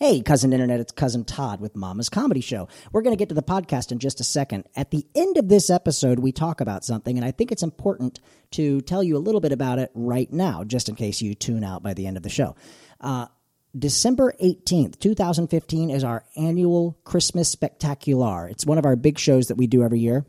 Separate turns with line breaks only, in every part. Hey, cousin internet, it's cousin Todd with Mama's Comedy Show. We're going to get to the podcast in just a second. At the end of this episode, we talk about something, and I think it's important to tell you a little bit about it right now, just in case you tune out by the end of the show. Uh, December 18th, 2015 is our annual Christmas Spectacular. It's one of our big shows that we do every year.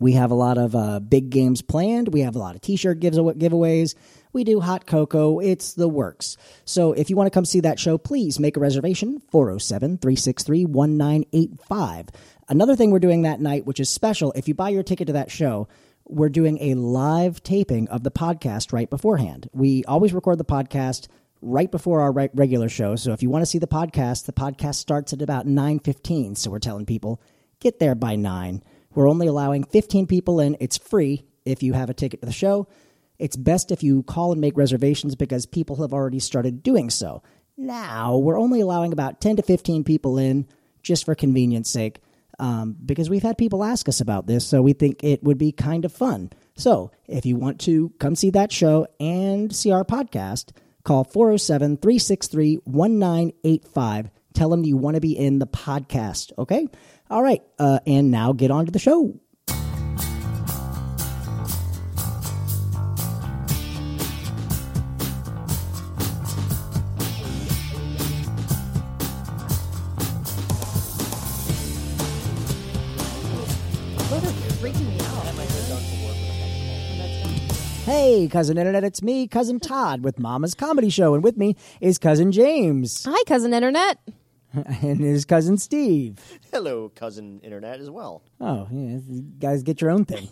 We have a lot of uh, big games planned. We have a lot of T-shirt gives- giveaways. We do hot cocoa. It's the works. So if you want to come see that show, please make a reservation 407-363-1985. Another thing we're doing that night, which is special, if you buy your ticket to that show, we're doing a live taping of the podcast right beforehand. We always record the podcast right before our reg- regular show. So if you want to see the podcast, the podcast starts at about 9:15. So we're telling people get there by 9. We're only allowing 15 people in. It's free if you have a ticket to the show. It's best if you call and make reservations because people have already started doing so. Now, we're only allowing about 10 to 15 people in just for convenience sake um, because we've had people ask us about this, so we think it would be kind of fun. So, if you want to come see that show and see our podcast, call 407 363 1985. Tell them you want to be in the podcast, okay? All right, uh, and now get on to the show.
Those are freaking me out. That's fine.
Hey, cousin internet, it's me, cousin Todd, with Mama's Comedy Show, and with me is cousin James
Hi, cousin internet.
and his cousin Steve.
Hello, cousin internet as well.
Oh, yeah, you guys, get your own thing.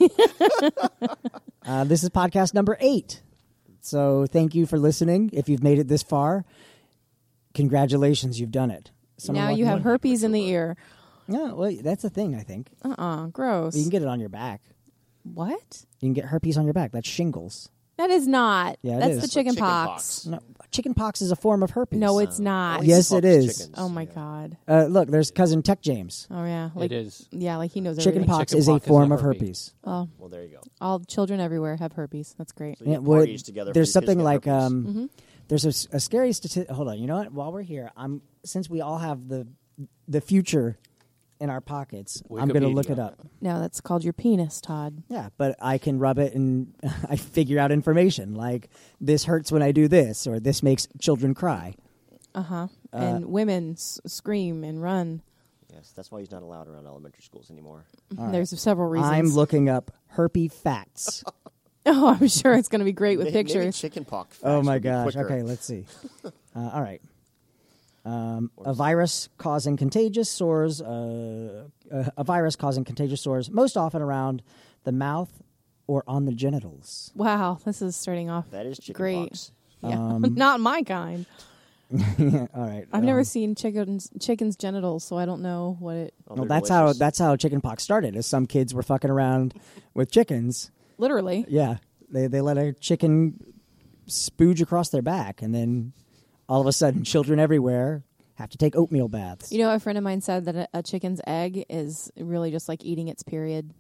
uh, this is podcast number eight. So thank you for listening. If you've made it this far, congratulations, you've done it. Someone
now
walked
you
in-
have herpes in the ear.
Yeah, well, that's a thing. I think
Uh uh gross.
you can get it on your back.
what?
You can get herpes on your back. That's shingles.
That is not.
Yeah, it
That's
is.
the chicken,
Chicken
pox.
pox.
No, chicken pox is a form of herpes.
No, it's not.
Yes, it
Fucks
is.
chickens.
Oh my god.
Uh, look, there's cousin Tech James.
Oh yeah. Like
it is.
yeah, like he knows
Chicken
everything.
pox
Chicken
is a
pox is
form
a
of
herpes.
herpes.
Oh.
Well, there you go. So
All children everywhere have herpes. That's great.
you
Yeah,
have
well,
parties together. for
there's
your kids to
something
get
like
herpes.
um,
Mm-hmm.
there's a, s- a scary statistic. Hold on, you know what? While we're here, I'm since we all have the the future in our pockets, I'm going to look
Wikipedia.
it up.
No, that's called your penis, Todd.
Yeah, but I can rub it and I figure out information like this hurts when I do this, or this makes children cry. Uh,
and women s- scream and run.
Yes, that's why he's not allowed around elementary schools anymore.
There's several reasons.
I'm looking up herpy facts.
oh, I'm sure it's going to be great with
May- maybe
pictures.
chicken pox.
oh
facts
my
would be
gosh!
quicker.
Okay, let's see. Uh, all right. Um, a virus causing contagious sores, uh, a a virus causing contagious sores, most often around the mouth or on the genitals.
wow, this is starting off
That is chicken
great.
pox.
Yeah,
Um,
not my kind.
Yeah, all right.
I've
um,
never seen chickens chickens genitals, so I don't know what it
Oh,
Well,
they're
that's
delicious.
how that's how chickenpox started. Is some kids were fucking around with chickens.
literally.
Yeah, they they let a chicken spooge across their back, and then all of a sudden, children everywhere have to take oatmeal baths.
You know, a friend of mine said that a, a chicken's egg is really just like eating its period.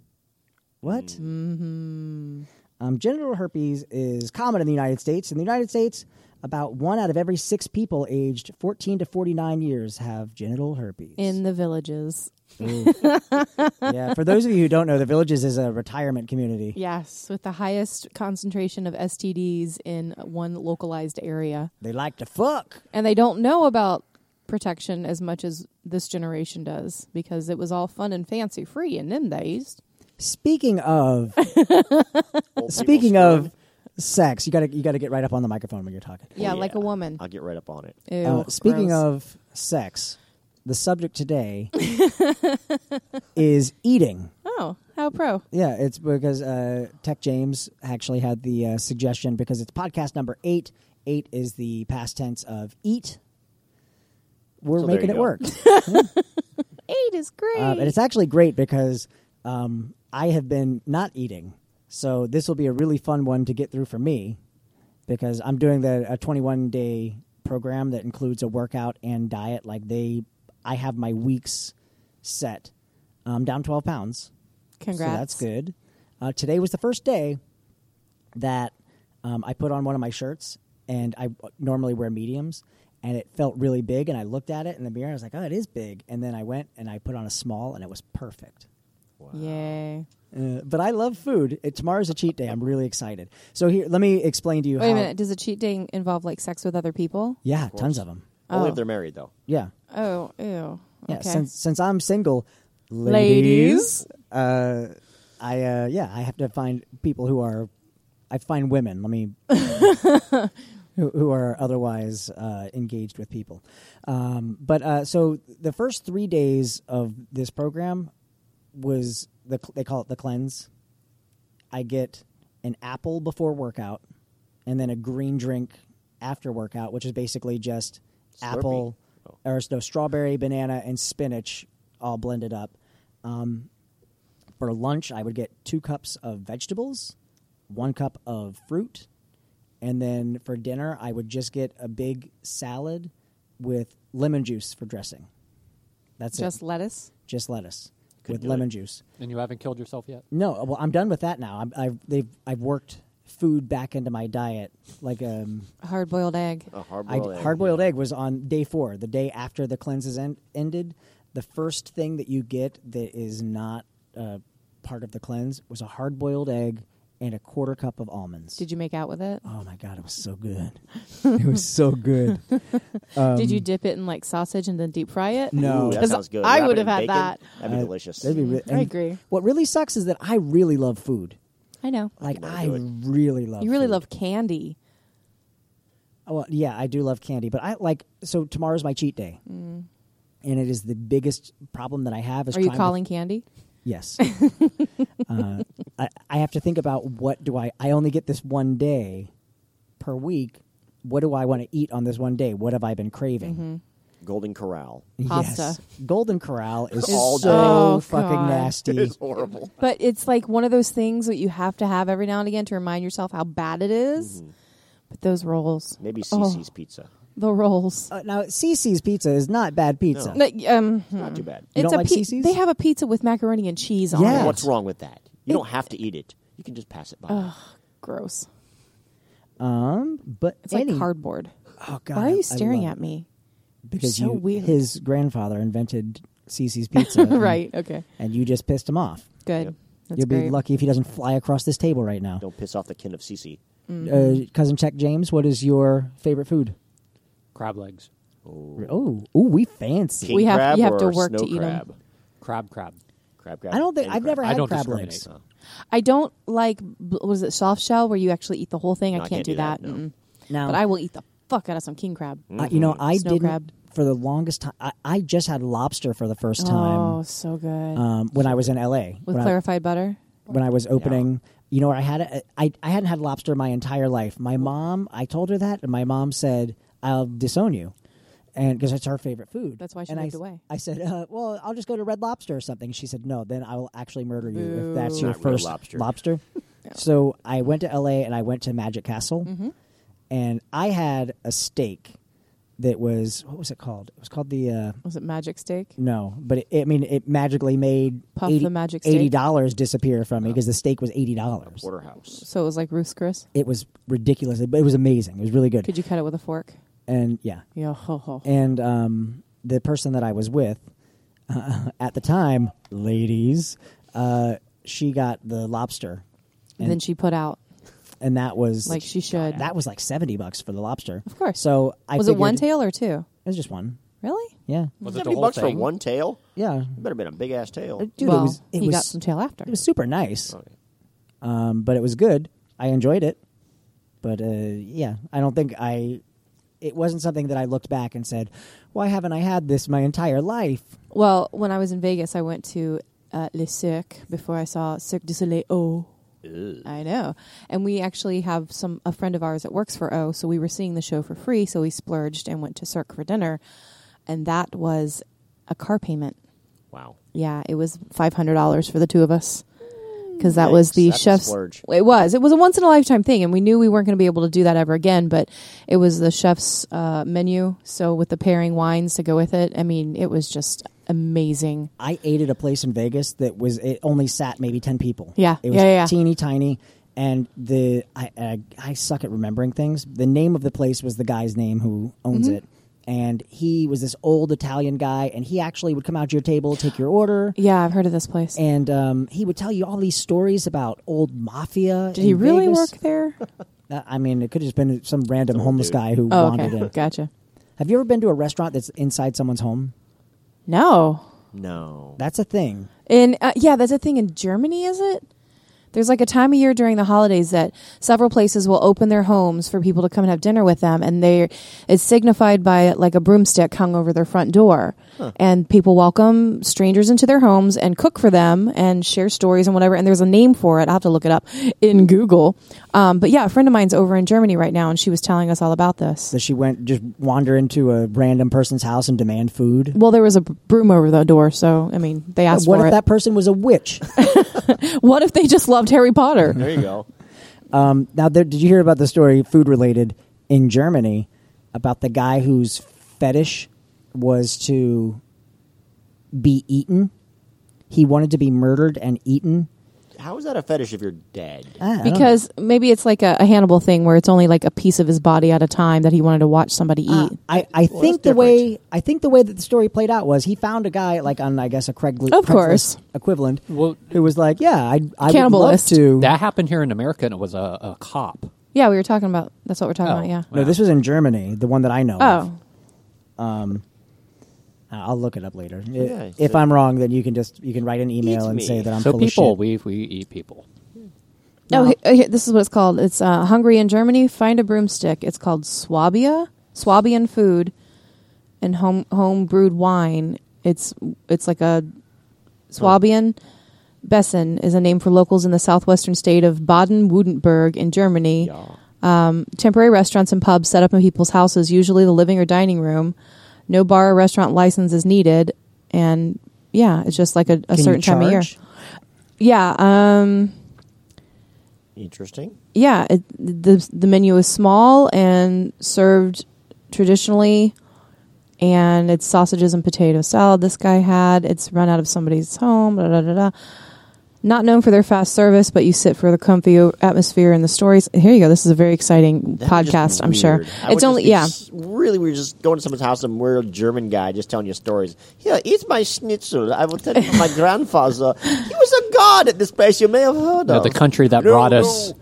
What? Mm-hmm. Um, genital herpes is common in the United States. In the United States, about one out of every six people aged 14 to 49 years have genital herpes.
In the villages.
yeah, for those of you who don't know, the Villages is a retirement community.
Yes, with the highest concentration of STDs in one localized area.
They like to fuck.
And they don't know about protection as much as this generation does because it was all fun and fancy free in them days.
Speaking of,
Old people
speaking
spread.
of sex, you gotta you gotta get right up on the microphone when you're talking.
Yeah, like a woman.
I'll get right up on it.
Ew,
Uh, speaking
gross.
of sex, the subject today is eating.
Oh, how pro.
Yeah, it's because uh, Tech James actually had the uh, suggestion because it's podcast number eight. Eight is the past tense of eat. We're
So there
making
you
it
go.
work.
Eight is great.
Um, and it's actually great because um, I have been not eating. So this will be a really fun one to get through for me because I'm doing the, a 21 day program that includes a workout and diet. Like they, I have my weeks set. I'm down 12 pounds.
Congrats.
So that's good. Uh, today was the first day that um, I put on one of my shirts, and I normally wear mediums, and it felt really big. And I looked at it in the mirror and I was like, oh, it is big. And then I went and I put on a small and it was perfect.
Wow.
Yay.
Uh, but I love food. Uh, tomorrow's a cheat day. I'm really excited. So here, let me explain to you
Wait
how.
a minute. Does a cheat day involve like sex with other people?
Yeah,
course.
tons of them.
Only
Oh.
if they're married, though.
Yeah,
Oh, ew.
yeah.
okay.
Since since I'm single,
Ladies.
ladies, uh, I uh, yeah, I have to find people who are. I find women. Let me. Who, who are otherwise uh, engaged with people, um, but uh, so the first three days of this program was the cl- they call it the cleanse. I get an apple before workout and then a green drink after workout, which is basically just
Slurpee.
apple
Oh.
or no strawberry, banana, and spinach all blended up. Um, for lunch, I would get two cups of vegetables, one cup of fruit, and then for dinner, I would just get a big salad with lemon juice for dressing. That's
Just
it.
lettuce?
Just lettuce
Couldn't
with
do
lemon
it.
juice.
And you haven't killed yourself yet.
No, well, I'm done with that now. I'm, I've they've I've worked food back into my diet. Like um,
Hard boiled egg.
A
I,
hard-boiled egg.
hard-boiled egg was on day four, the day after the cleanses end, ended. The first thing that you get that is not uh, part of the cleanse was a hard-boiled egg and a quarter cup of almonds.
Did you make out with it?
oh my god, it was so good! it was so good.
Did you dip it in like sausage and then deep fry it?
No.
Ooh, that
'Cause
sounds good.
I
Wrap it
would
in
have had
bacon.
that.
That'd be delicious.
Uh,
Mm-hmm.
That'd be re-
I
and
agree.
What really sucks is that I really love food.
I know.
Like
never
I
do it.
really love.
You really
food. Oh,
love candy.
Well, yeah, I do love candy, but I like so tomorrow's my cheat day, and it is the biggest problem that I have. Is
Mm. Are you
trying to-
calling candy?
yes. uh, I, I have to think about what do I. I only get this one day per week. What do I want to eat on this one day? What have I been craving?
Golden Corral.
Yes.
Mm-hmm. Pasta.
Golden Corral is
It's- All
so
day.
Oh,
fucking
God.
nasty.
It's horrible.
But it's like one of those things that you have to have every now and again to remind yourself how bad it is. But those rolls,
Mm-hmm. Maybe
Oh.
CC's Pizza.
the rolls.
Uh, now, Cece's pizza is not bad pizza.
No, um,
Not too bad.
You
it's
don't
a
like
pi-
CC's?
They have a pizza with macaroni and cheese on
Yeah.
it.
What's wrong with that? You don't have to eat it. You can just pass it by.
Gross.
Um, but
It's like
any-
cardboard.
Oh God!
Why are
I- I
you staring
love
at
it.
me?
Because
so
you,
weird.
his grandfather invented Cece's Pizza, and-
right. Okay.
and you just pissed him off.
Good.
Yep.
That's
You'll be
great.
lucky if he doesn't fly across this table right now.
Don't piss off the kin of CC.
Uh, cousin Check James, what is your favorite food?
Crab legs.
Oh, ooh, we fancy.
King
We have-
crab
you have to
or
work to
snow
eat 'em.
crab?
Crab, crab.
Crab, crab.
I don't think
and
I've
crab.
never
I
had
don't
crab
discriminate.
legs.
I don't like. bl- Was it soft shell where you actually eat the whole thing?
No,
I can't do that. Mm-hmm.
no.
Mm-mm.
Now,
But I will eat the fuck out of some king crab.
I- you know, I
Snow
didn't
crab.
for the longest time. I, I just had lobster for the first
Oh,
time
so good
um, when I was in LA.
with
when, I,
clarified butter.
when I was opening, you know, where I had a, I I hadn't had lobster my entire life. My mom, I told her that, and my mom said, "I'll disown you," and because it's her favorite food.
That's why she
and I
moved
s-
away.
I said, uh, "Well, I'll just go to Red Lobster or something." She said, "No, then I will actually murder you if that's
Boo.
your
Not Red
first
Lobster.
So I went to LA and I went to Magic Castle,
Mm-hmm.
and I had a steak that was what was it called? It was called the uh,
Was it magic steak?
no, but it, I mean it magically made
Puff the magic steak?
eighty dollars disappear from me because the steak was eighty dollars.
Porterhouse.
So it was like Ruth's Chris.
It was ridiculous, but it was amazing. It was really good,
Could you cut it with a fork?
and yeah,
Yeah. Ho, ho.
and um, the person that I was with uh, at the time, ladies, uh, she got the lobster,
And then she put out
and that was
like she should.
that was like seventy bucks for the lobster. Of
course.
So I
was it one
figured-
tail or two?
It was just one.
Really?
Yeah,
Was it the
Seventy
whole
bucks
thing?
for one tail?
yeah.
Better been a big ass tail.
Dude,
well,
it was it
he
was
got some tail after.
it was super nice,
Okay.
um, but it was good. I enjoyed it, but uh, yeah, I don't think I. It wasn't something that I looked back and said, "Why haven't I had this my entire life?"
well, when I was in Vegas, I went to uh, Le Cirque before I saw Cirque du Soleil. Oh, I know. And we actually have some a friend of ours that works for O, so we were seeing the show for free, so we splurged and went to Cirque for dinner, and that was a car payment.
Wow.
Yeah, it was five hundred dollars for the two of us because that was
Yikes,
the
that's a
chef's.
splurge.
It was. It was a once in a lifetime thing, and we knew we weren't going to be able to do that ever again. But it was the chef's uh, menu, so with the pairing wines to go with it. I mean, it was just amazing.
I ate at a place in Vegas that was it only sat maybe ten people.
Yeah.
it was
Yeah, yeah, yeah.
teeny tiny, and
Mm-hmm.
the I, I I suck at remembering things. The name of the place was the guy's name who owns it, and he was this old Italian guy, and he actually would come out to your table, take your order,
Yeah, I've heard of this place.
and um, he would tell you all these stories about old mafia.
Did he
in
really
Vegas.
work there?
Uh, I mean, it could have just been some random homeless
dude.
guy who
Oh,
wandered
okay.
in.
Gotcha.
Have you ever been to a restaurant that's inside someone's home?
No.
No.
That's a thing.
In uh, yeah, that's a thing in Germany, is it? There's like a time of year during the holidays that several places will open their homes for people to come and have dinner with them, and they it's signified by like a broomstick hung over their front door, and people welcome strangers into their homes and cook for them and share stories and whatever. And there's a name for it. I will have to look it up in Google. Um, but yeah, a friend of mine's over in Germany right now, and she was telling us all about this.
So she went just wander into a random person's house and demand food.
Well, there was a broom over the door, so I mean, they asked
what
for
if
it.
that person was a witch?
what if they just loved Harry Potter?
There you go.
now, there, did you hear about the story, food related, in Germany about the guy whose fetish was to be eaten? He wanted to be murdered and eaten.
How is that a fetish if you're dead?
Ah, I don't know.
because Um, maybe it's like a, a Hannibal thing where it's only like a piece of his body at a time that he wanted to watch somebody
Uh,
eat.
I, I think
Well, that's
the
different.
way I think the way that the story played out was he found a guy like on I guess a Craigli-
Of
Craigslist
course.
equivalent
Well-
who was like yeah I I would love
Cannibalist.
to
That happened here in America, and it was a, a cop.
Yeah, we were talking about that's what we're talking
Oh.
about. Yeah.
no this was in Germany the one that I know of. Uh,
Oh,
I'll look it up later I-
Yeah, it's
if
a-
I'm wrong then you can just you can write an email
Eat
and
me.
say that I'm
so
full
people,
of shit.
we we eat people.
no. he- uh, he- this is what it's called. It's uh, Hungary in Germany. Find a broomstick. It's called Swabia, Swabian food, and home home brewed wine. It's it's like a Swabian. Bessen is a name for locals in the southwestern state of Baden-Württemberg in Germany.
Yeah.
temporary restaurants and pubs set up in people's houses, usually the living or dining room. No bar or restaurant license is needed, and yeah, it's just like a, a
Can you
certain time of year.
charge?
Yeah, um,
Interesting.
yeah. It, the the menu is small and served traditionally, and it's sausages and potato salad. This guy had it's run out of somebody's home. Da, da, da, da. Not known for their fast service, but you sit for the comfy o- atmosphere and the stories. Here you go. This is a very exciting
That would just
podcast.
be
I'm sure
weird. I
it's
would
only
just be
yeah.
s- Really, we're just going to someone's house and we're a German guy just telling you stories. Yeah, eat my schnitzel. I will tell you about my grandfather. He was a god at this place. You may have heard
No,
of
the country that
No,
brought
no.
us,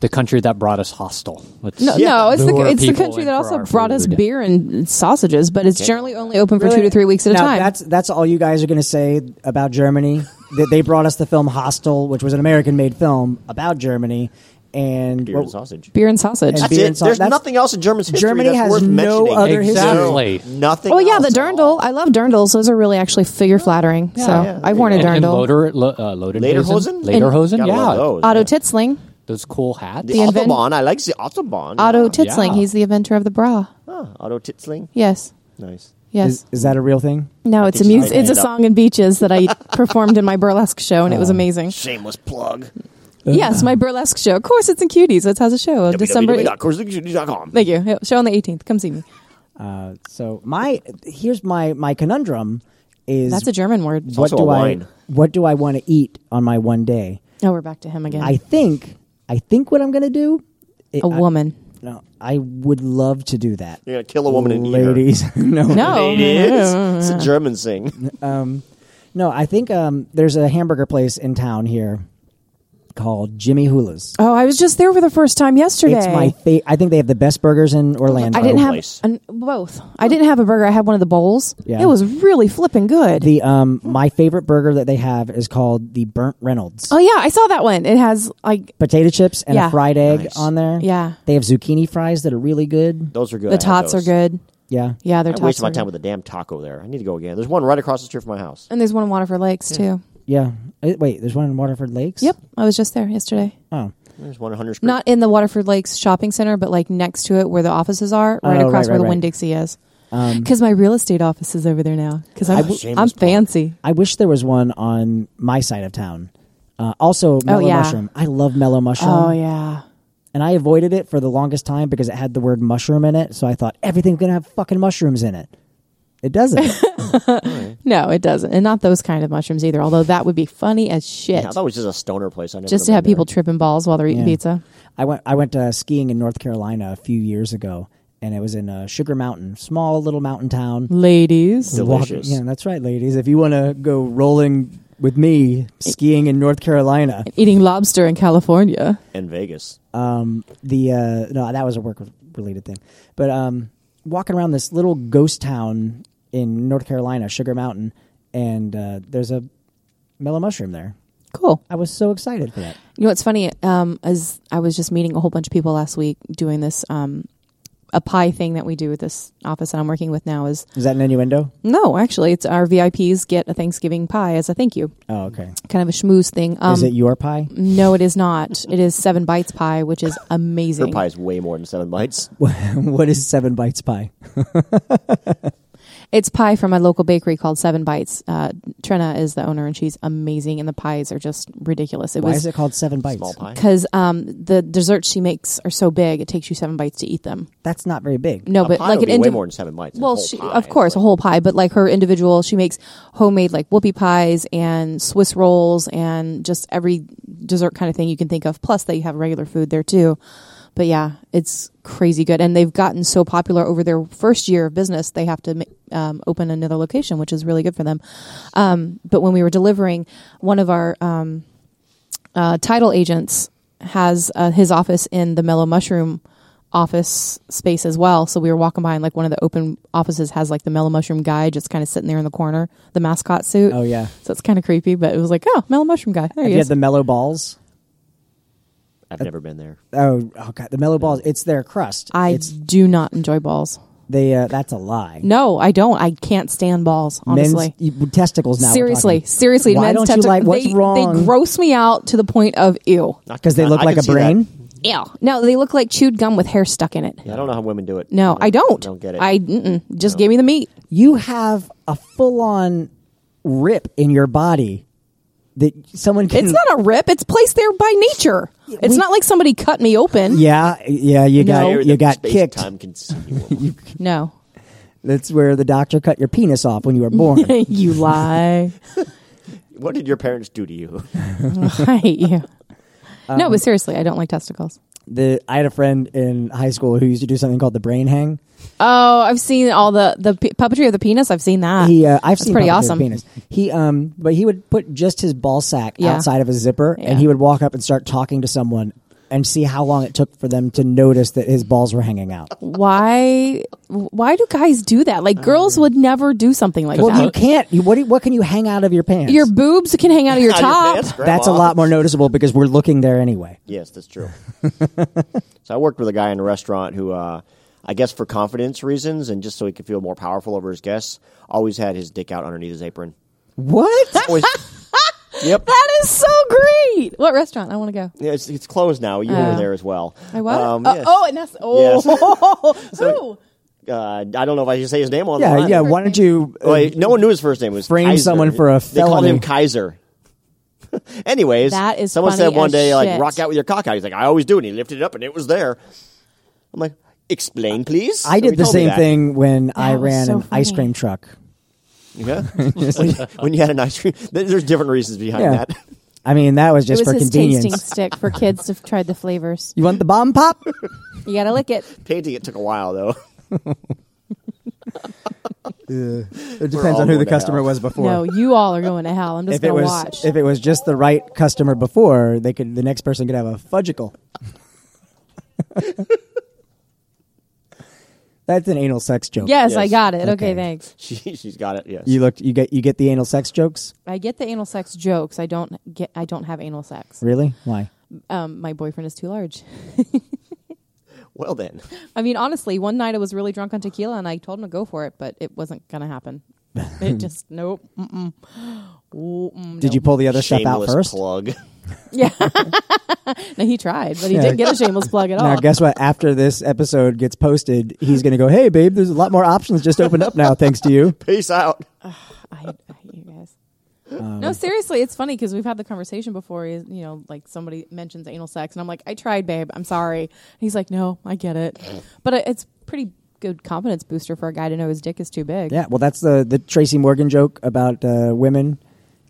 the country that brought us hostile. Let's-
No, no, it's the
lure
it's the
people
country
in
that
for
also
our
brought us
food.
beer and sausages, but it's generally only open for two
Really?
to three weeks at
now,
a time.
That's that's all you guys are going to say about Germany. that they brought us the film Hostel, which was an American-made film about Germany, and
Beer and sausage.
beer and sausage.
And
That's
beer
it.
and sau-
There's
that's-
nothing else in German history.
Germany
that's
has
worth
no
mentioning.
other
Exactly.
No, nothing.
well, Oh, yeah, the uh,
else at
dirndl.
all.
I love dirndls. Those are really actually figure flattering. so
yeah,
I worn a
And, and
dirndl.
Loder, lo, uh, Lodenhosen?
Lederhosen?
Lederhosen,
Gotta love
yeah.
those, yeah.
Otto Titzling.
Those cool hats.
The
The invent-
Autobahn. I like the Autobahn.
Otto
yeah.
Titzling.
Yeah.
He's the inventor of the bra.
Ah, Otto Titzling.
Yes.
Nice.
Yes.
is, is that a real thing?
no, it's a
think so.
mus-
I made
it's a
it up.
song in beaches that I performed in my burlesque show, and it was amazing.
Shameless plug.
Yes, my burlesque show. Of course, it's in Cuties. It has a show. December.
www.coursingshooting.com.
Thank you. Show on the 18th. Come see me.
Uh, so my here's my my conundrum is
That's a German word.
what
also
do
a
I
wine.
what do I want to eat on my one day?
Oh, we're back to him again.
I think I think what I'm going to do. it-
a
I-
woman.
no, I would love to do that.
You're gonna kill a woman and eat her.
ladies. no,
No.
It's a German thing.
no. I think um, there's a hamburger place in town here called Jimmy Hula's.
Oh, I was just there for the first time yesterday.
It's my fa- I think they have the best burgers in Orlando.
I didn't have
place.
an, both. I didn't have a burger. I had one of the bowls.
Yeah.
It was really flipping good.
the um my favorite burger that they have is called the Burnt Reynolds.
oh yeah, I saw that one. It has like
Potato chips and
Yeah.
a fried egg
Nice.
on there.
Yeah.
They have zucchini fries that are really good.
Those are good.
the
I had
tots are
those.
good.
Yeah.
Yeah, their
I
tots.
wasted
are
my time
good.
with a damn taco there. I need to go again. There's one right across the street from my house.
and there's one in Waterford Lakes too.
Yeah. Uh, Wait, there's one in Waterford Lakes?
Yep, I was just there yesterday.
Oh.
There's one in Hunter's Creek.
Not in the Waterford Lakes shopping center, but like next to it, where the offices are, right
Oh,
across
right,
where
right,
the
right.
Winn Dixie is. Because my real estate office is over there now. Because I'm,
shameless
I'm
plug.
fancy.
I wish there was one on my side of town. Uh, also, mellow
Oh, yeah.
mushroom. I love mellow mushroom.
Oh yeah.
And I avoided it for the longest time because it had the word mushroom in it. So I thought everything's going to have fucking mushrooms in it. It doesn't.
No, it doesn't, and not those kind of mushrooms either. Although that would be funny as shit,
Yeah, I thought it was just a stoner place. I never
just to
been
have
there.
people tripping balls while they're eating
Yeah.
pizza.
I went I went uh, skiing in North Carolina a few years ago, and it was in uh, Sugar Mountain, small little mountain town.
Ladies.
Del-
Walk-
Delicious.
yeah, that's right, ladies. If you want to go rolling with me skiing in North Carolina,
Eating lobster in California.
in Vegas.
um, the uh, no, that was a work related thing. But um, walking around this little ghost town in North Carolina, Sugar Mountain, and uh, there's a mellow mushroom there.
Cool.
I was so excited for that.
You know what's funny? Um, is I was just meeting a whole bunch of people last week doing this um, a pie thing that we do with this office that I'm working with now. Is
Is that an innuendo?
no, actually, it's our VIPs get a Thanksgiving pie as a thank you,
Oh, okay.
kind of a schmooze thing. Um,
Is it your pie?
No, it is not. It is seven bites pie, which is amazing.
Her pie is way more than seven bites.
what is seven bites pie?
It's pie from a local bakery called Seven Bites. Uh, Trina is the owner, and she's amazing. And the pies are just ridiculous. It
Why
was
is it called seven bites?
Small pie.
because um, the desserts she makes are so big, it takes you seven bites to eat them.
That's not very big.
No,
A
but
pie
like
would
an
be way
individual.
more than seven bites. A
Well,
whole
she,
pie
of
is
course, a
like-
whole pie, but like her individual, she makes homemade like whoopie pies and Swiss rolls and just every dessert kind of thing you can think of. Plus, they have regular food there too. But yeah, it's crazy good, and they've gotten so popular over their first year of business, they have to ma- um, open another location, which is really good for them. Um, but when we were delivering, one of our um, uh, title agents has uh, his office in the Mellow Mushroom office space as well. So we were walking by, and like one of the open offices has like the Mellow Mushroom guy just kind of sitting there in the corner, the mascot suit.
Oh yeah.
So it's kind of creepy, but it was like, oh, Mellow Mushroom guy. There
Have
he
you had
is.
the mellow balls?
I've never been there.
Oh, oh god, the mellow balls. It's their crust.
I
It's
do not enjoy balls.
they. Uh, that's a lie.
No, I don't. I can't stand balls, honestly.
Men's you- testicles now.
seriously, seriously,
Why
men's
don't you
tentac-
like- what's
they, They
wrong?
gross me out to the point of ew.
Because they
I-
look
I
like
can
a
see that.
brain.
Ew. No, they look like chewed gum with hair stuck in it.
I don't know how women do it.
No, I don't.
Don't get it.
I mm-mm. just give me the meat.
You have a full-on rip in your body that someone can.
It's not a rip. It's placed there by nature. It's not like somebody cut me open.
yeah, yeah. You
No.
got you got kicked.
Time continuum.
No,
That's where the doctor cut your penis off when you were born.
you lie.
what did your parents do to you?
I hate you. no, but seriously, I don't like testicles.
the I had a friend in high school who used to do something called the brain hang.
Oh, I've seen all the the p- puppetry of the penis. I've seen that.
He, uh, I've
Ah, That's
seen
pretty
puppets with
awesome.
Penis. He, um, but he would put just his ball sack
Yeah.
outside of his zipper,
Yeah.
and he would walk up and start talking to someone and see how long it took for them to notice that his balls were hanging out.
Why? Why do guys do that? Like girls would never do something like
Well,
that.
you can't. You, what? do you- What can you hang out of your pants?
your boobs can hang out of your
Out of your
top.
pants, Grandma.
That's a lot more noticeable because we're looking there anyway.
Yes, that's true. so I worked with a guy in a restaurant who, uh, I guess, for confidence reasons and just so he could feel more powerful over his guests, always had his dick out underneath his apron.
What?
Always- yep.
That is so great. What restaurant? I want to go.
Yeah, it's, it's closed now. You
Oh.
were there as well.
I what?
Um,
oh,
yes.
oh, and that's oh. Ooh.
Uh, I don't know if I should say his name on the
Yeah,
line.
yeah. Why don't you? uh,
Wait, no one knew his first name. It was
Frame
Kaiser.
someone for a
They called
felony.
him Kaiser. Anyways,
That is
someone
funny
said one
as
day,
shit.
like, rock out with your cock out. He's like, I always do. And he lifted it up and it was there. I'm like, explain, please.
I
So he
did the
told me
same
that.
thing when I
was
ran
so
an ice
funny.
cream truck.
Yeah. when, you- when you had an ice cream, there- there's different reasons behind
Yeah.
that.
I mean, that was
It
just
was
for
his
convenience.
tasting stick for kids to try the flavors.
You want the bomb pop?
You gotta lick it.
Painting it took a while, though.
It
all
depends on who
going
the
to
customer
hell.
was before.
No, you all are going to hell. I'm just
if it
gonna
was
watch.
if it was just the right customer before, they could the next person could have a fudgicle. That's an anal sex joke.
yes, I
Yes.
got it. Okay,
Okay.
thanks.
She, she's got it, yes.
You looked you get you get the anal sex jokes?
I get the anal sex jokes. I don't get. I don't have anal sex.
Really? Why?
Um, my boyfriend is too large.
well, then.
I mean, honestly, one night I was really drunk on tequila and I told him to go for it, but it wasn't gonna happen. It just nope. Mm-mm. Ooh, mm,
Did
no.
you pull the other stuff out
Shameless
first?
plug.
Yeah. no, he tried, but he didn't get a shameless plug at all.
Now guess what? After this episode gets posted, he's gonna go, Hey babe, there's a lot more options just opened up now, thanks to you.
Peace out.
I, I hate you guys.
Um,
no, seriously, it's funny because we've had the conversation before. You know, like somebody mentions anal sex, and I'm like, I tried, babe. I'm sorry. And he's like, No, I get it, but it- it's pretty good confidence booster for a guy to know his dick is too big.
Yeah, well that's the the Tracy Morgan joke about uh, women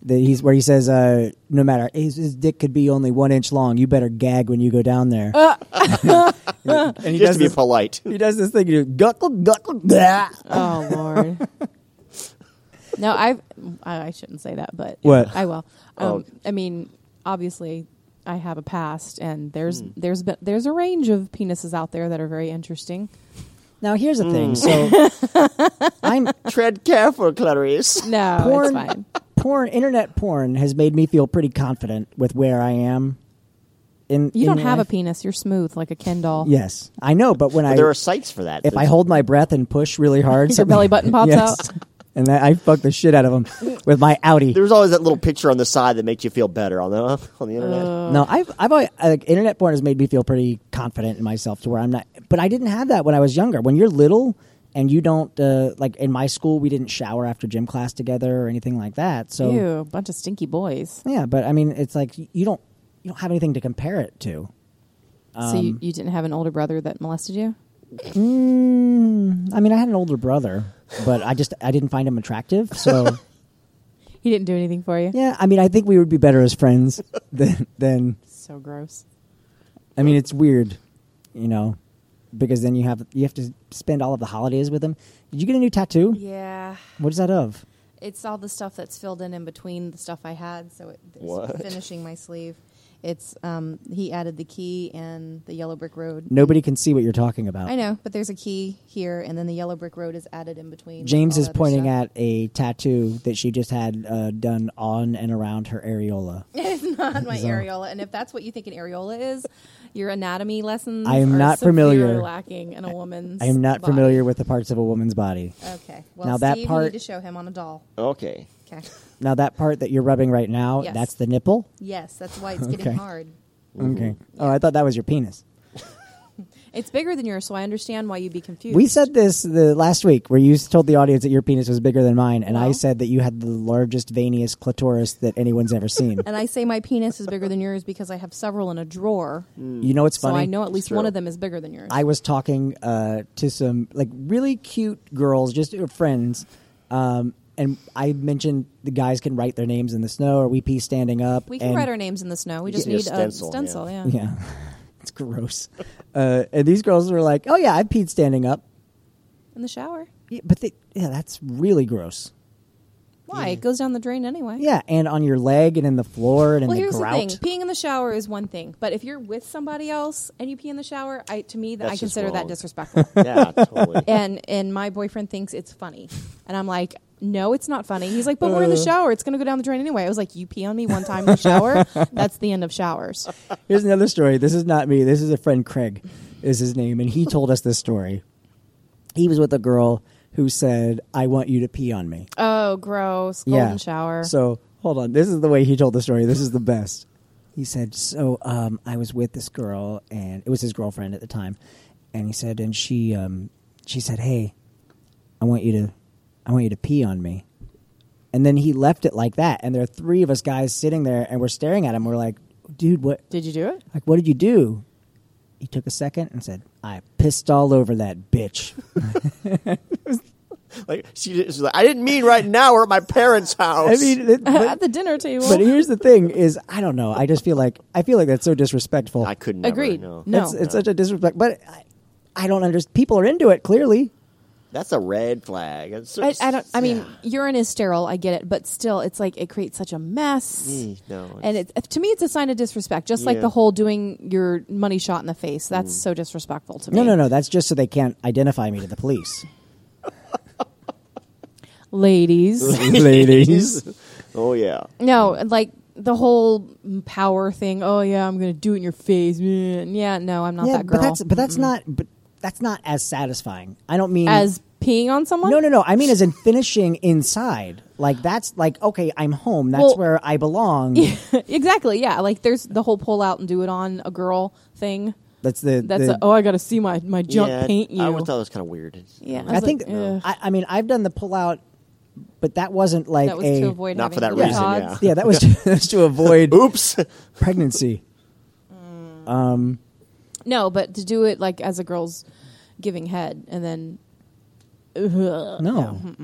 that he's where he says, uh, "No matter his, his dick could be only one inch long, you better gag when you go down there." and he
Just
does
to be
this,
polite.
he does this thing. You guckle guckle. Blah.
Oh Lord. no, I've, I I shouldn't say that, but
What?
I will. Um,
Oh.
I mean, obviously, I have a past,
Hmm.
and there's there's be- there's a range of penises out there that are very interesting.
Now here's the thing. So I'm
Tread careful, Clarice.
No, it's
porn.
fine.
Porn, internet porn has made me feel pretty confident with where I am. In
You
in
don't have a
life.
penis. You're smooth like a Ken doll.
Yes, I know, but when I
there are sites for that.
if I hold my breath and push really hard,
Your
something-
belly button pops
Yes.
out.
and that, I fuck the shit out of them with my Audi.
There's always that little picture on the side that makes you feel better on the on
Uh,
the internet.
No, I've I've always, uh, like, internet porn has made me feel pretty confident in myself to where I'm not. But I didn't have that when I was younger. When you're little and you don't uh, like in my school, we didn't shower after gym class together or anything like that. So
Ew, a bunch of stinky boys.
yeah, but I mean, it's like you don't you don't have anything to compare it to.
so
Um,
you, you didn't have an older brother that molested you?
I mean, I had an older brother, but I just I didn't find him attractive. So
He didn't do anything for you?
yeah, I mean, I think we would be better as friends than than
So gross.
I mean, it's weird, you know, because then you have you have to spend all of the holidays with them. Did you get a new tattoo?
Yeah.
What is that of?
It's all the stuff that's filled in in between the stuff I had, so it, it's
What?
finishing my sleeve. It's um, he added the key and the yellow brick road.
Nobody can see what you're talking about.
I know, but there's a key here, and then the yellow brick road is added in between.
James is pointing at a tattoo that she just had uh, done on and around her areola.
it's not
uh,
my areola, and if that's what you think an areola is, your anatomy lessons.
I am
are
not
severely
familiar.
Lacking in a woman's.
I am not
body. Uh.
familiar with the parts of a woman's body.
Okay, well,
Now that
Steve, you
part-
need to show him on a doll.
Okay.
Okay.
Now that part that you're rubbing right now,
Yes.
that's the nipple.
Yes, that's why it's getting
Okay.
hard. Mm-hmm.
Okay. Oh, I thought that was your penis.
It's bigger than yours, so I understand why you'd be confused.
We said this the last week where you told the audience that your penis was bigger than mine, and I
Well.
said that you had the largest venous clitoris that anyone's ever seen.
And I say my penis is bigger than yours because I have several in a drawer.
you know what's
So
Mm, funny?
I know at least
true.
one of them is bigger than yours.
I was talking uh, to some like really cute girls, just uh, friends, um, and I mentioned the guys can write their names in the snow or we pee standing up.
we can
and-
write our names in the snow. We just
need a
need a stencil.
stencil,
yeah.
Yeah, it's gross. uh, and these girls were like, "Oh yeah, I peed standing up,"
In the shower.
yeah, but they, yeah, that's really gross.
Why? It goes down the drain anyway.
Yeah, and on your leg and in the floor and in
Well,
the
here's
grout.
the thing: peeing in the shower is one thing, but if you're with somebody else and you pee in the shower, I to me that
That's
I
just
consider that
wrong.
disrespectful.
Yeah, totally.
and and my boyfriend thinks it's funny, and I'm like. No, it's not funny. He's like, but we're in the
Uh.
shower. It's going to go down the drain anyway. I was like, you pee on me one time in the shower. That's the end of showers.
Here's another story. This is not me. This is a friend, Craig, is his name, and he told us this story. He was with a girl who said, "I want you to pee on me."
Oh, gross. Golden shower.
So hold on. This is the way he told the story. This is the best. He said, "So um, I was with this girl, and it was his girlfriend at the time." And he said, "And she, um, she said, hey, I want you to, I want you to pee on me." And then he left it like that. And there are three of us guys sitting there, and we're staring at him. We're like, "Dude, what?
Did you do it?
Like, what did you do?" He took a second and said, "I pissed all over that bitch."
like she, she's like, I didn't mean right now. We're at my parents' house.
I mean, it- but,
At the dinner table.
but here's the thing: is I don't know. I just feel like I feel like that's so disrespectful.
I could never.
Agreed.
No.
No.
It's, it's such a disrespect. But I, I don't understand. People are into it, clearly.
That's a red flag. It's-
I, I don't. I mean, urine is sterile. I get it, but still, it's like it creates such a mess.
Mm, no, it's-
and it's, to me, it's a sign of disrespect. Just like
Yeah.
the whole doing your money shot in the face. That's so disrespectful to me.
Mm. No, no, no. That's just so they can't identify me to the police.
ladies.
Ladies.
Oh yeah.
no, like the whole power thing. Oh yeah, I'm gonna do it in your face. Mm, Yeah, no, I'm not
yeah,
that girl.
but that's but that's not but that's not as satisfying. I don't mean
As peeing on someone.
No, no, no. I mean as in finishing inside. Like that's like okay, I'm home. That's
Well-
where I belong.
exactly. Yeah, like there's the whole pull out and do it on a girl thing.
That's the
That's
the,
a, oh, I gotta see my my junk
yeah,
paint you.
I always thought it was uh, kind of weird. It's-
Yeah, I
I,
was
think
like, "Eh." ugh.
I, I mean I've done the pull out but that wasn't like
that was
a
to avoid
Not
having
for that
little
reason,
tots.
Yeah, that was that was to avoid
Oops.
pregnancy.
No, but to do it Uh, like as a girl's giving head and then
No.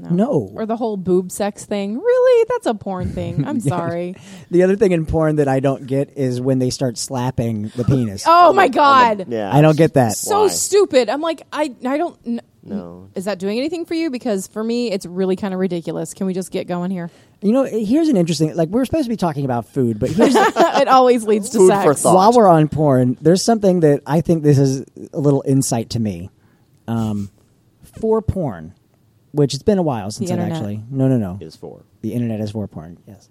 No.
Or the whole boob sex thing. Really? That's a porn thing. I'm sorry.
The other thing in porn that I don't get is when they start slapping the penis.
Oh my god.
Yeah.
I don't get that.
So
Why?
stupid. I'm like I I don't kn-
No.
Is that doing anything for you? Because for me, it's really kind of ridiculous. Can we just get going here?
You know, here's an interesting. Like we're supposed to be talking about food, but here's
it always leads to
Food
sex.
for thought.
while we're on porn, there's something that I think this is a little insight to me. Um, for porn, which it's been a while since I've
internet.
actually. No, no, no.
Is for.
the internet is for porn. Yes,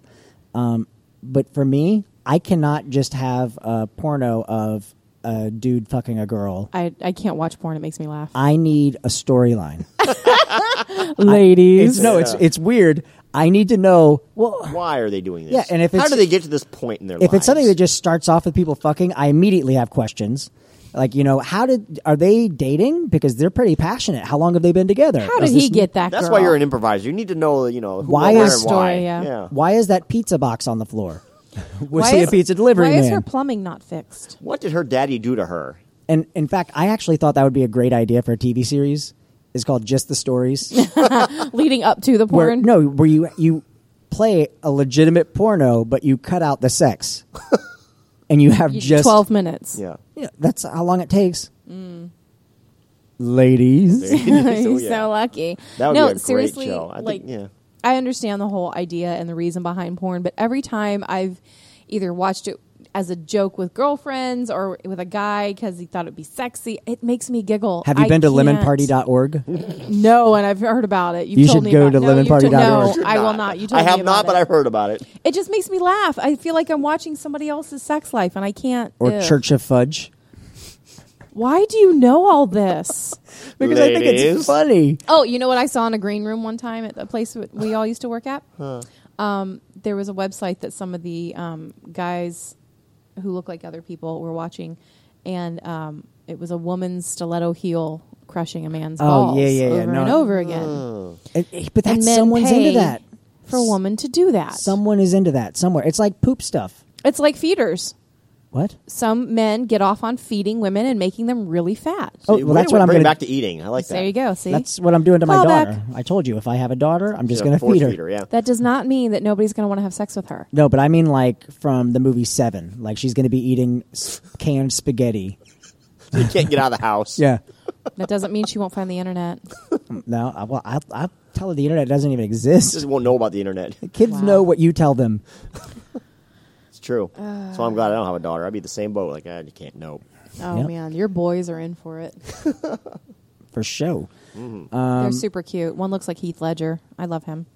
um, but for me, I cannot just have a porno of a dude fucking a girl.
I, I can't watch porn. It makes me laugh.
I need a storyline. It's-
Ladies.
no, it's it's weird. I need to know. Well,
Why are they doing this?
Yeah, and if
how
it's-
do they get to this point in their lives?
if it's something that just starts off with people fucking, I immediately have questions. Like, you know, how did are they dating? Because they're pretty passionate. How long have they been together?
How
Is
did he
this-
get that
that's
girl?
why you're an improviser. You need to know, you know, who,
Why
where,
is-
and why.
Story, yeah.
Why is that pizza box on the floor? Was
Why
he
is-
a pizza delivery
Why
man?
is her plumbing not fixed?
What did her daddy do to her?
and in fact, I actually thought that would be a great idea for a TV series. It's called Just the Stories.
Leading up to the
where,
porn?
no, where you you play a legitimate porno, but you cut out the sex, and you have
You-
just
12 minutes.
Yeah.
Yeah, that's how long it takes.
Mm.
Ladies,
So,
You're
yeah.
so lucky.
That would
no,
be a great
seriously,
show. I think-
like,
yeah.
I understand the whole idea and the reason behind porn, but every time I've either watched it as a joke with girlfriends or with a guy because he thought it'd be sexy, it makes me giggle.
have you
I
been to
can't.
lemonparty.org?
No, and I've heard about it. You've
You
told
should
me
go
about,
to
no, you
lemonparty.org.
told-
You
No,
should
I will not. You told
I
me
have
about
not, but
it.
I've heard about
Oh,
it.
It just makes me laugh. I feel like I'm watching somebody else's sex life, and I can't.
or
Ew.
Church of Fudge?
Why do you know all this?
Because I think it's
Ladies.
funny.
Oh, you know what I saw in a green room one time at the place that we all used to work at? Um, there was a website that some of the um, guys who look like other people were watching, and um, it was a woman's stiletto heel crushing a man's
Oh,
balls
yeah, yeah, yeah.
over
No.
and over again.
And- eh, but
And
that's
men
someone's
pay
into that.
for a woman to do that.
Someone is into that somewhere. It's like poop stuff.
it's like feeders.
What?
Some men get off on feeding women and making them really fat.
Oh,
See,
well,
way
that's
to
what I'm
bring
gonna-
back to eating. I like that.
there you go. See,
That's what I'm doing to my
Call back.
daughter. I told you, if I have a daughter, I'm just
Yeah,
going to
force
feed her.
feeder, yeah.
that does not mean that nobody's going to want to have sex with her.
No, but I mean like from the movie Seven. Like she's going to be eating s- canned spaghetti.
You can't get out of the house.
Yeah.
That doesn't mean she won't find the internet.
No, I, well, I, I tell her the internet doesn't even exist.
Just won't know about the internet.
Kids
Wow.
know what you tell them.
It's true.
Uh.
so I'm glad I don't have a daughter. I'd be the same boat. Like, ah, you can't know.
Oh
Yep.
man, your boys are in for it.
for show. Um,
They're super cute. One looks like Heath Ledger. I love him.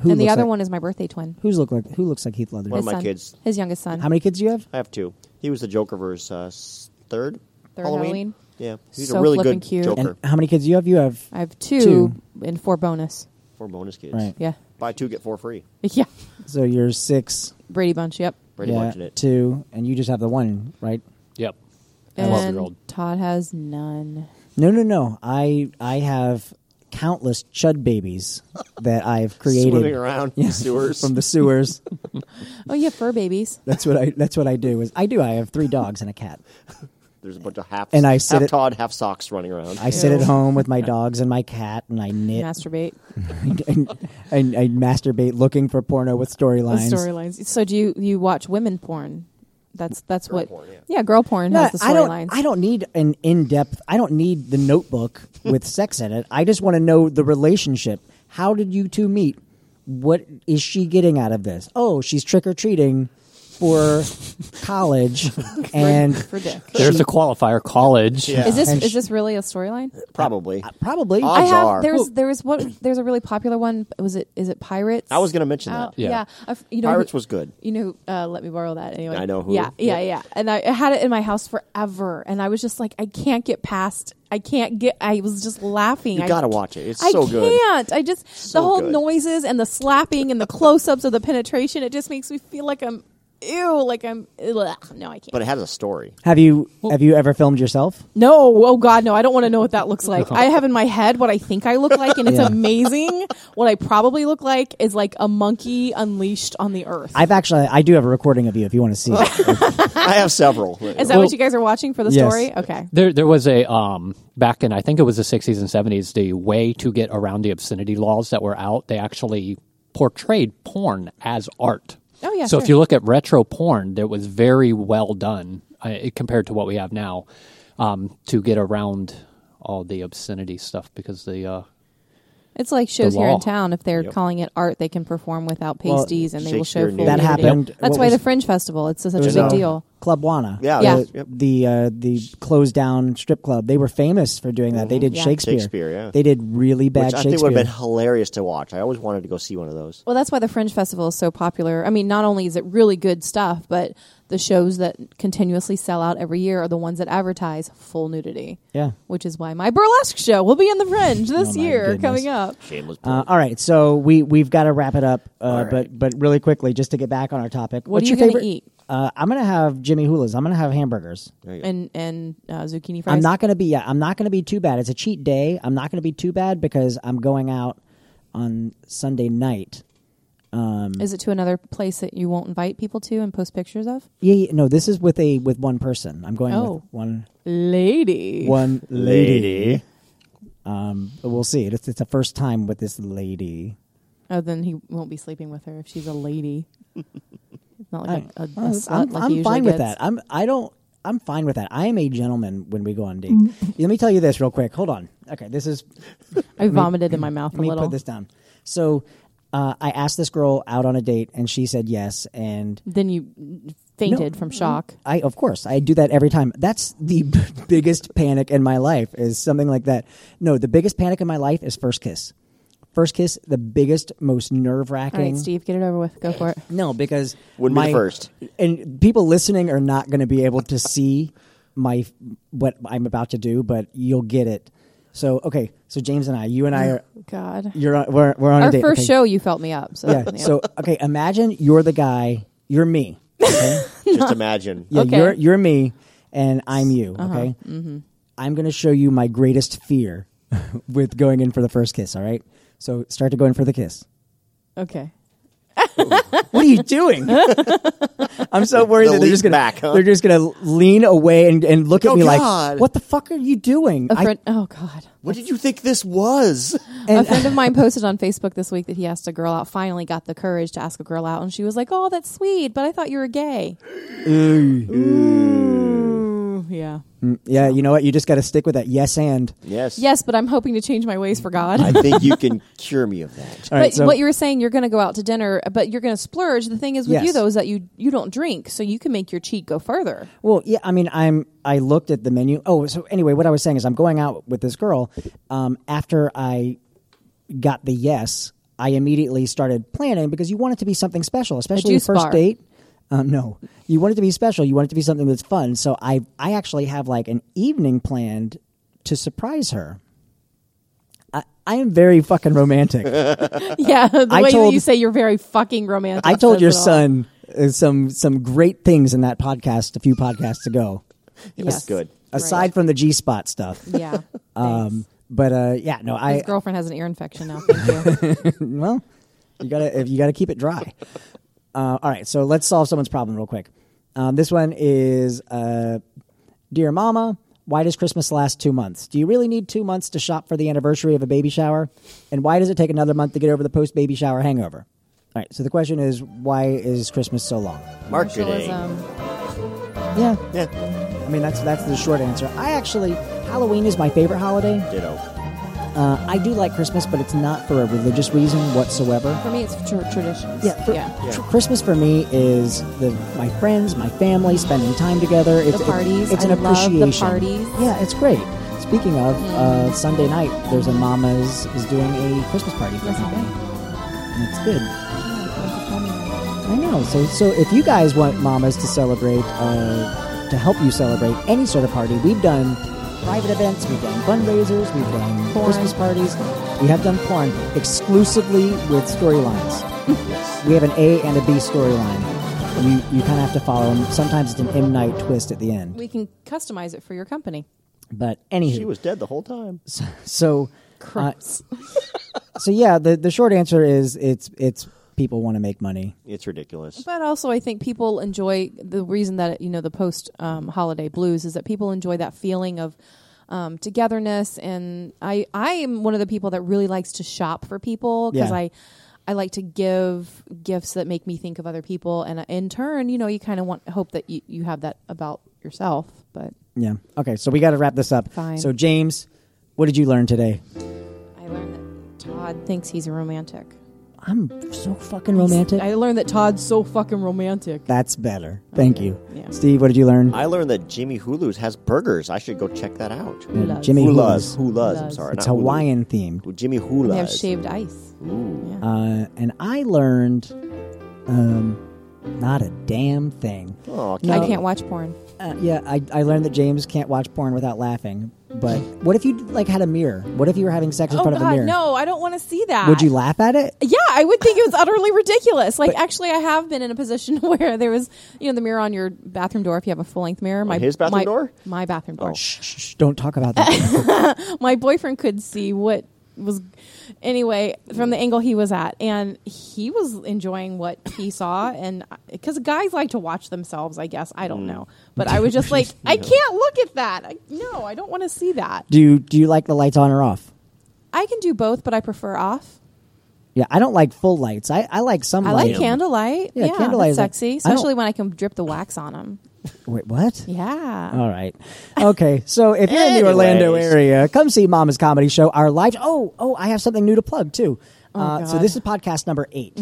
Who
and the
looks
other
like-
one is my birthday twin.
who's look like who looks like Heath Ledger?
One
His
of my
son.
kids.
His youngest son.
How many kids do you have?
I have two. He was the Jokerverse uh, s- third,
They're
Halloween.
Halloween.
Yeah, he's
So
a really
flippin'
good
cute.
Joker.
And how many kids do you have? You have
I have two,
Two.
and four bonus.
Four bonus kids.
Right.
Yeah.
Buy two, get four free.
Yeah.
so you're six.
Brady Bunch, yep.
Brady
yeah,
watching it.
two, and you just have the one, right?
Yep.
And
Twelve-year-old.
Todd has none.
No, no, no. I I have countless chud babies that I've created
Swimming around in
Yeah.
sewers.
from the sewers.
Oh, you have fur babies.
that's what I that's what I do. Is I do. I have three dogs and a cat.
There's a bunch of half
And I sit
half
at-
Todd, half socks running around.
I sit at home with my dogs and my cat, and I knit
Masturbate.
and, and I masturbate looking for porno with storylines.
Storylines. So do you, you watch women porn? That's that's what.
porn, yeah.
girl porn has the
I don't. I
storylines.
don't need an in-depth. I don't need the notebook with sex in it. I just want to know the relationship. How did you two meet? What is she getting out of this? Oh, she's trick or treating for college, and
for dick.
There's a qualifier. College.
Yeah.
Is this
And
is
sh-
this really a storyline?
Probably.
probably
Odds
I have,
are.
There's there's what there's a really popular one. Was it is it Pirates?
I was going to mention that.
Oh, yeah,
Yeah.
I f- you know,
Pirates
who-
was good.
You know, uh, let me borrow that anyway.
I know who.
Yeah, yeah, yeah. And I, I had it in my house forever, and I was just like, I can't get past. I can't get. I was just laughing.
You
I-
gotta watch it. It's
I
so good.
can't. I just the whole
good.
noises and the slapping and the close-ups of the penetration. It just makes me feel like I'm ew, like I'm. Ugh, no, I can't.
But it has a story.
Have you have you ever filmed yourself?
No, oh God, no, I don't want to know what that looks like. I have in my head what I think I look like, and it's
Yeah.
amazing. What I probably look like is like a monkey unleashed on the earth.
I've actually I do have a recording of you if you want to see
Oh,
it.
I have several.
is that what you guys are watching for the
Yes.
story? Okay.
There, there was a um, back in I think it was the '60s and '70s. The way to get around the obscenity laws that were out, they actually portrayed porn as art.
Oh, yeah,
So if
sure.
you look at retro porn, that was very well done uh, compared to what we have now um, to get around all the obscenity stuff because the uh,
It's like shows
The
here
law.
in town. If they're calling it art, they can perform without pasties, and they will show
Shakespeare
full
knew
That
nudity.
happened.
That's
what
why
was-
the Fringe Festival. It's such a
it
big
was, uh,
deal.
Club Wana.
Yeah,
Yeah.
it was- yep.
The uh, the closed down strip club. They were famous for doing that. They did
Mm-hmm. Yeah.
Shakespeare.
Shakespeare, yeah.
They did really bad
Which I
Shakespeare.
think would have been hilarious to watch. I always wanted to go see one of those.
Well, that's why the Fringe Festival is so popular. I mean, not only is it really good stuff, but the shows that continuously sell out every year are the ones that advertise full nudity.
Yeah.
Which is why my burlesque show will be in the Fringe this
Oh my
year
goodness.
coming up.
Shameless.
Uh, all right, so we we've got to wrap it up, uh, but but really quickly, just to get back on our topic.
What
what's
are
your
you gonna
favorite?
eat?
Uh, I'm gonna have Jimmy Hula's. I'm gonna have hamburgers.
And and uh, zucchini fries.
I'm not gonna be. Yeah, I'm not gonna be too bad. It's a cheat day. I'm not gonna be too bad because I'm going out on Sunday night.
Is it to another place that you won't invite people to and post pictures of?
Yeah, yeah, no, this is with a with one person. I'm going
Oh.
with one
Lady.
one lady. Um, But We'll see. It's it's the first time with this lady.
Oh, then he won't be sleeping with her if she's a lady. not like a a- a
I'm,
slut
I'm-
like
I'm
he usually
fine with
gets.
that. I'm I don't I'm fine with that. I am a gentleman when we go on dates.
Mm-hmm.
Let me tell you this real quick. Hold on. Okay, this is
I vomited in my mouth a
let me
little.
put this down. So uh, I asked this girl out on a date, and she said yes. And
Then you fainted from shock.
I, of course, I do that every time. That's the b- biggest panic in my life is something like that. No, the biggest panic in my life is first kiss. First kiss, the biggest, most nerve
All right,
wracking.
Steve, get it over with. Go for it.
No, because
Wouldn't be
my
the first.
and people listening are not going to be able to see my what I'm about to do, but you'll get it. So okay, so James and I, you and I are
God.
you're on, we're, we're on a
Our
date.
first
okay?
show, you felt me up. So,
Yeah. So okay, imagine you're the guy, you're me. Okay?
Just imagine.
Yeah,
Okay. Uh-huh, mm-hmm.
you're you're me, and I'm you. Okay, I'm going to show you my greatest fear with going in for the first kiss. All right, so start to go in for the kiss.
okay.
What are you doing? I'm so worried that
The
they're
lean
just gonna
back, huh?
they're just gonna lean away and, and look at
Oh,
me
God.
like, "What the fuck are you doing?"
A
I-
friend, oh God.
What did you think this was?
a friend of mine posted on Facebook this week that he asked a girl out, finally got the courage to ask a girl out. And she was like, Oh, that's sweet, but I thought you were gay. Ooh, Yeah.
yeah, you know what? You just got to stick with that. Yes, and
Yes.
Yes, but I'm hoping to change my ways for God.
I think you can cure me of that.
all right.
but
so
what you were saying, you're going to go out to dinner, but you're going to splurge. The thing is with
Yes.
you, though, is that you, you don't drink, so you can make your cheat go further.
well, yeah. I mean, I'm I looked at the menu. Oh, so anyway, what I was saying is, I'm going out with this girl. Um, after I got the yes, I immediately started planning because you want it to be something special, especially
juice
first
bar.
date. Um, no, you want it to be special. You want it to be something that's fun. So I, I actually have like an evening planned to surprise her. I, I am very fucking romantic.
yeah. The
Uh, I
way
told-
that you say you're very fucking romantic.
I told
says
your
it all.
son uh, some some great things in that podcast a few podcasts ago.
Yes.
was good.
Aside from the G spot stuff,
Yeah.
um, but uh, yeah, no, I
His girlfriend has an ear infection now. Thank you.
Mm, well, you gotta if you gotta keep it dry. Uh, all right, so let's solve someone's problem real quick. Um, this one is, uh, dear Mama, why does Christmas last two months? Do you really need two months to shop for the anniversary of a baby shower? And why does it take another month to get over the post baby shower hangover? All right, so the question is, why is Christmas so long?
Marketing.
Socialism.
Yeah,
Yeah.
I mean that's that's the short answer. I actually Halloween is my favorite holiday.
Ditto.
Uh, I do like Christmas, but it's not for a religious reason whatsoever.
For me, it's tr- traditions.
Yeah, for,
yeah.
tr- Christmas for me is the my friends, my family, spending time together. It's, it's-
parties.
It's, an
I love the
appreciation.
parties. Mm.
Yeah, it's great. Speaking of uh, Sunday night, there's a Mama's is doing a Christmas party for
Listen,
everybody.
hey,
And it's good.
I'm
I know. So so if you guys want Mamas to celebrate, uh, to help you celebrate any sort of party, we've done private events, we've done fundraisers, we've done
Porn.
Christmas parties. We have done porn exclusively with storylines.
Yes.
We have an A and a B storyline. you, you kind of have to follow him. Sometimes it's an M night twist at the end.
We can customize it for your company.
But anywho,
She was dead the whole time.
so uh, so yeah. The the short answer is it's it's people want to make money.
It's ridiculous.
But also, I think people enjoy the reason that you know the post um, holiday blues is that people enjoy that feeling of um, togetherness. And I, I am one of the people that really likes to shop for people because
Yeah.
I, I like to give gifts that make me think of other people, and in turn, you know, you kind of want hope that you, you have that about yourself. But
Yeah. Okay. So we got to wrap this up.
Fine.
So James, what did you learn today?
I learned that Todd thinks he's a romantic.
I'm so fucking romantic.
I learned that Todd's so fucking romantic.
That's better. Thank you,
Yeah.
Steve. What did you learn?
I learned that Jimmy Hulu's has burgers. I should go check that out.
Uh,
Hulas.
Jimmy
Hula's.
Hula's.
Hula's. I'm
Hula's.
sorry.
It's
not Hulu.
Hawaiian themed.
Jimmy
They have
Hula's.
shaved ice.
Ooh.
Uh, and I learned um, not a damn thing.
Oh,
No.
I can't watch porn.
Uh, yeah, I, I learned that James can't watch porn without laughing. But what if you like had a mirror? What if you were having sex in
Oh
front of a
God,
mirror?
no! I don't want to see that.
Would you laugh at it?
Yeah, I would think it was utterly ridiculous. Like, actually, I have been in a position where there was, you know, the mirror on your bathroom door. If you have a full length mirror, my
his bathroom
my-
door?
my bathroom door.
Shh, shh, shh, don't talk about that.
My boyfriend could see what was anyway from the angle he was at, and he was enjoying what he saw. And because guys like to watch themselves, I guess I
Mm.
don't know, but I was just like, I can't look at that. I, no, I don't want to see that.
do you do you like the lights on or off?
I can do both, but I prefer off.
Yeah, I don't like full lights. I, I like some.
I like
light.
candlelight.
Yeah,
Yeah,
candlelight is
that's
like-
sexy,
I don't-
especially when I can drip the wax on them.
Wait, what?
Yeah.
All right. Okay. So if you're in the Orlando
Anyways.
area, come see Mama's Comedy Show. Our live. Oh, oh, I have something new to plug too. uh, so
Oh, God. Mm-hmm.
this is podcast number 8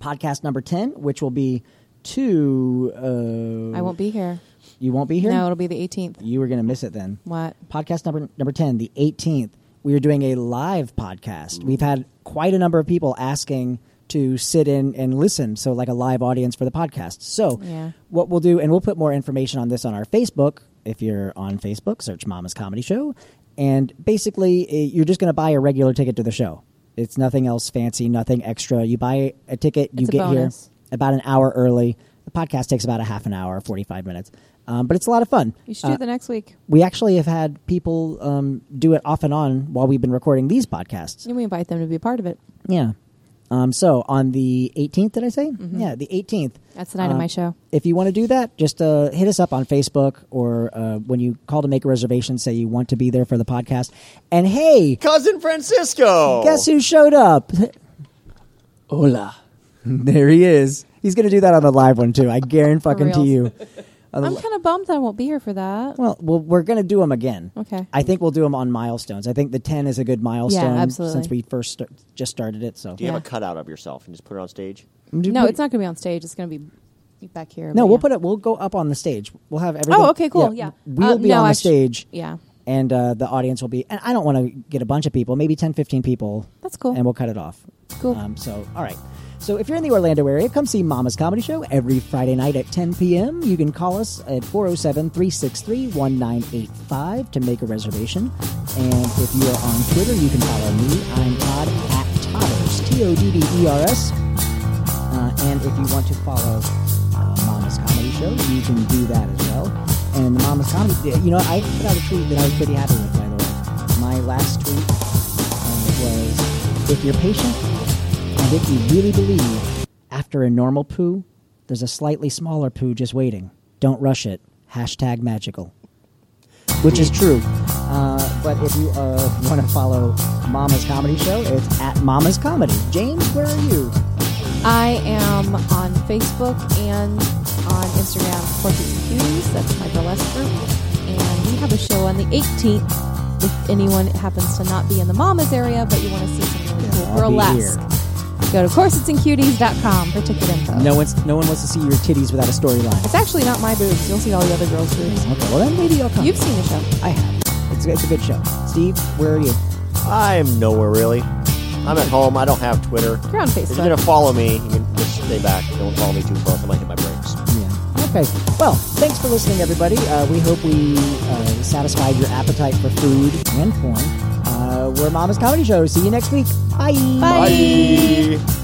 Podcast number ten, which will be two. Uh,
I won't be here.
you won't be here.
No, it'll be the 18th.
you were going to miss it then.
What?
Podcast number number ten, the eighteenth. We are doing a live podcast. We've had quite a number of people asking to sit in and listen, so like a live audience for the podcast. So
Yeah.
what we'll do, and we'll put more information on this on our Facebook. If you're on Facebook, search Mama's Comedy Show, and basically eh, you're just going to buy a regular ticket to the show. It's nothing else fancy, nothing extra. You buy a ticket, you
It's a
get
bonus.
here about an hour early. The podcast takes about a half an hour, forty five minutes, um, but it's a lot of fun.
You should do
Uh,
it the next week.
we actually have had people um, do it off and on while we've been recording these podcasts.
And we invite them to be a part of it.
Yeah. Um, so on the 18th, did I say? Yeah, the 18th.
Mm-hmm. That's the night of
Uh,
my show.
If you want to do that, just uh, hit us up on Facebook or uh, when you call to make a reservation, say you want to be there for the podcast. And hey,
Cousin Francisco.
guess who showed up?
Hola.
there he is. He's going to do that on the live one too. I guarantee fucking to
reals.
you.
I'm kind of bummed that I won't be here for that.
Well, well, we're going to do them again.
Okay.
I think we'll do them on milestones. I think the 10 is a good milestone
absolutely.
since we first st- just started it. So
Do you have a
Yeah.
cutout of yourself and just put it on stage?
No, it's not going to be on stage. It's going to be back here.
No,
but
we'll
yeah.
put it. We'll go up on the stage. We'll have everything.
Oh, okay, cool. Yeah.
we'll
Uh,
be
no,
on the
I sh-
stage,
Yeah.
and uh, the audience will be. And I don't want to get a bunch of people, maybe 10, 15 people.
That's cool.
And we'll cut it off.
Cool.
Um, so, all right. So, if you're in the Orlando area, come see Mama's Comedy Show every Friday night at 10 p.m. You can call us at 407 363 1985 to make a reservation. And if you are on Twitter, you can follow me. I'm Todd at Todders, T O D D E R S. Uh, and if you want to follow uh, Mama's Comedy Show, you can do that as well. And the Mama's Comedy, you know, I put out a tweet that I was pretty happy with, by the way. My last tweet um, was if you're patient and if you really believe, after a normal poo, there's a slightly smaller poo just waiting. Don't rush it. Hashtag magical which is true. Uh, but if you uh, want to follow Mama's Comedy Show, it's at Mama's Comedy. James, where are you?
I am on Facebook and on Instagram, Portraits and Cuties. That's my burlesque group. And we have a show on the 18th. If anyone happens to not be in the mamas area, but you want to see some really
Yeah,
cool
I'll be here.
burlesque, go to corsetsandcuties.com for ticket info.
No one's no one wants to see your titties without a storyline.
It's actually not my boobs. You'll see all the other girls' boobs.
Okay, well then maybe I'll come.
You've seen the show.
I have. It's, it's a good show. Steve, where are you?
I'm nowhere really. I'm at home. I don't have Twitter.
You're on
If you're gonna
Facebook.
follow me, you can just stay back. Don't follow me too close. I might hit my brakes.
Yeah. Okay. Well, thanks for listening, everybody. Uh, we hope we uh, satisfied your appetite for food and porn. Uh, we're Mama's Comedy Show. See you next week. Bye.
Bye.
Bye.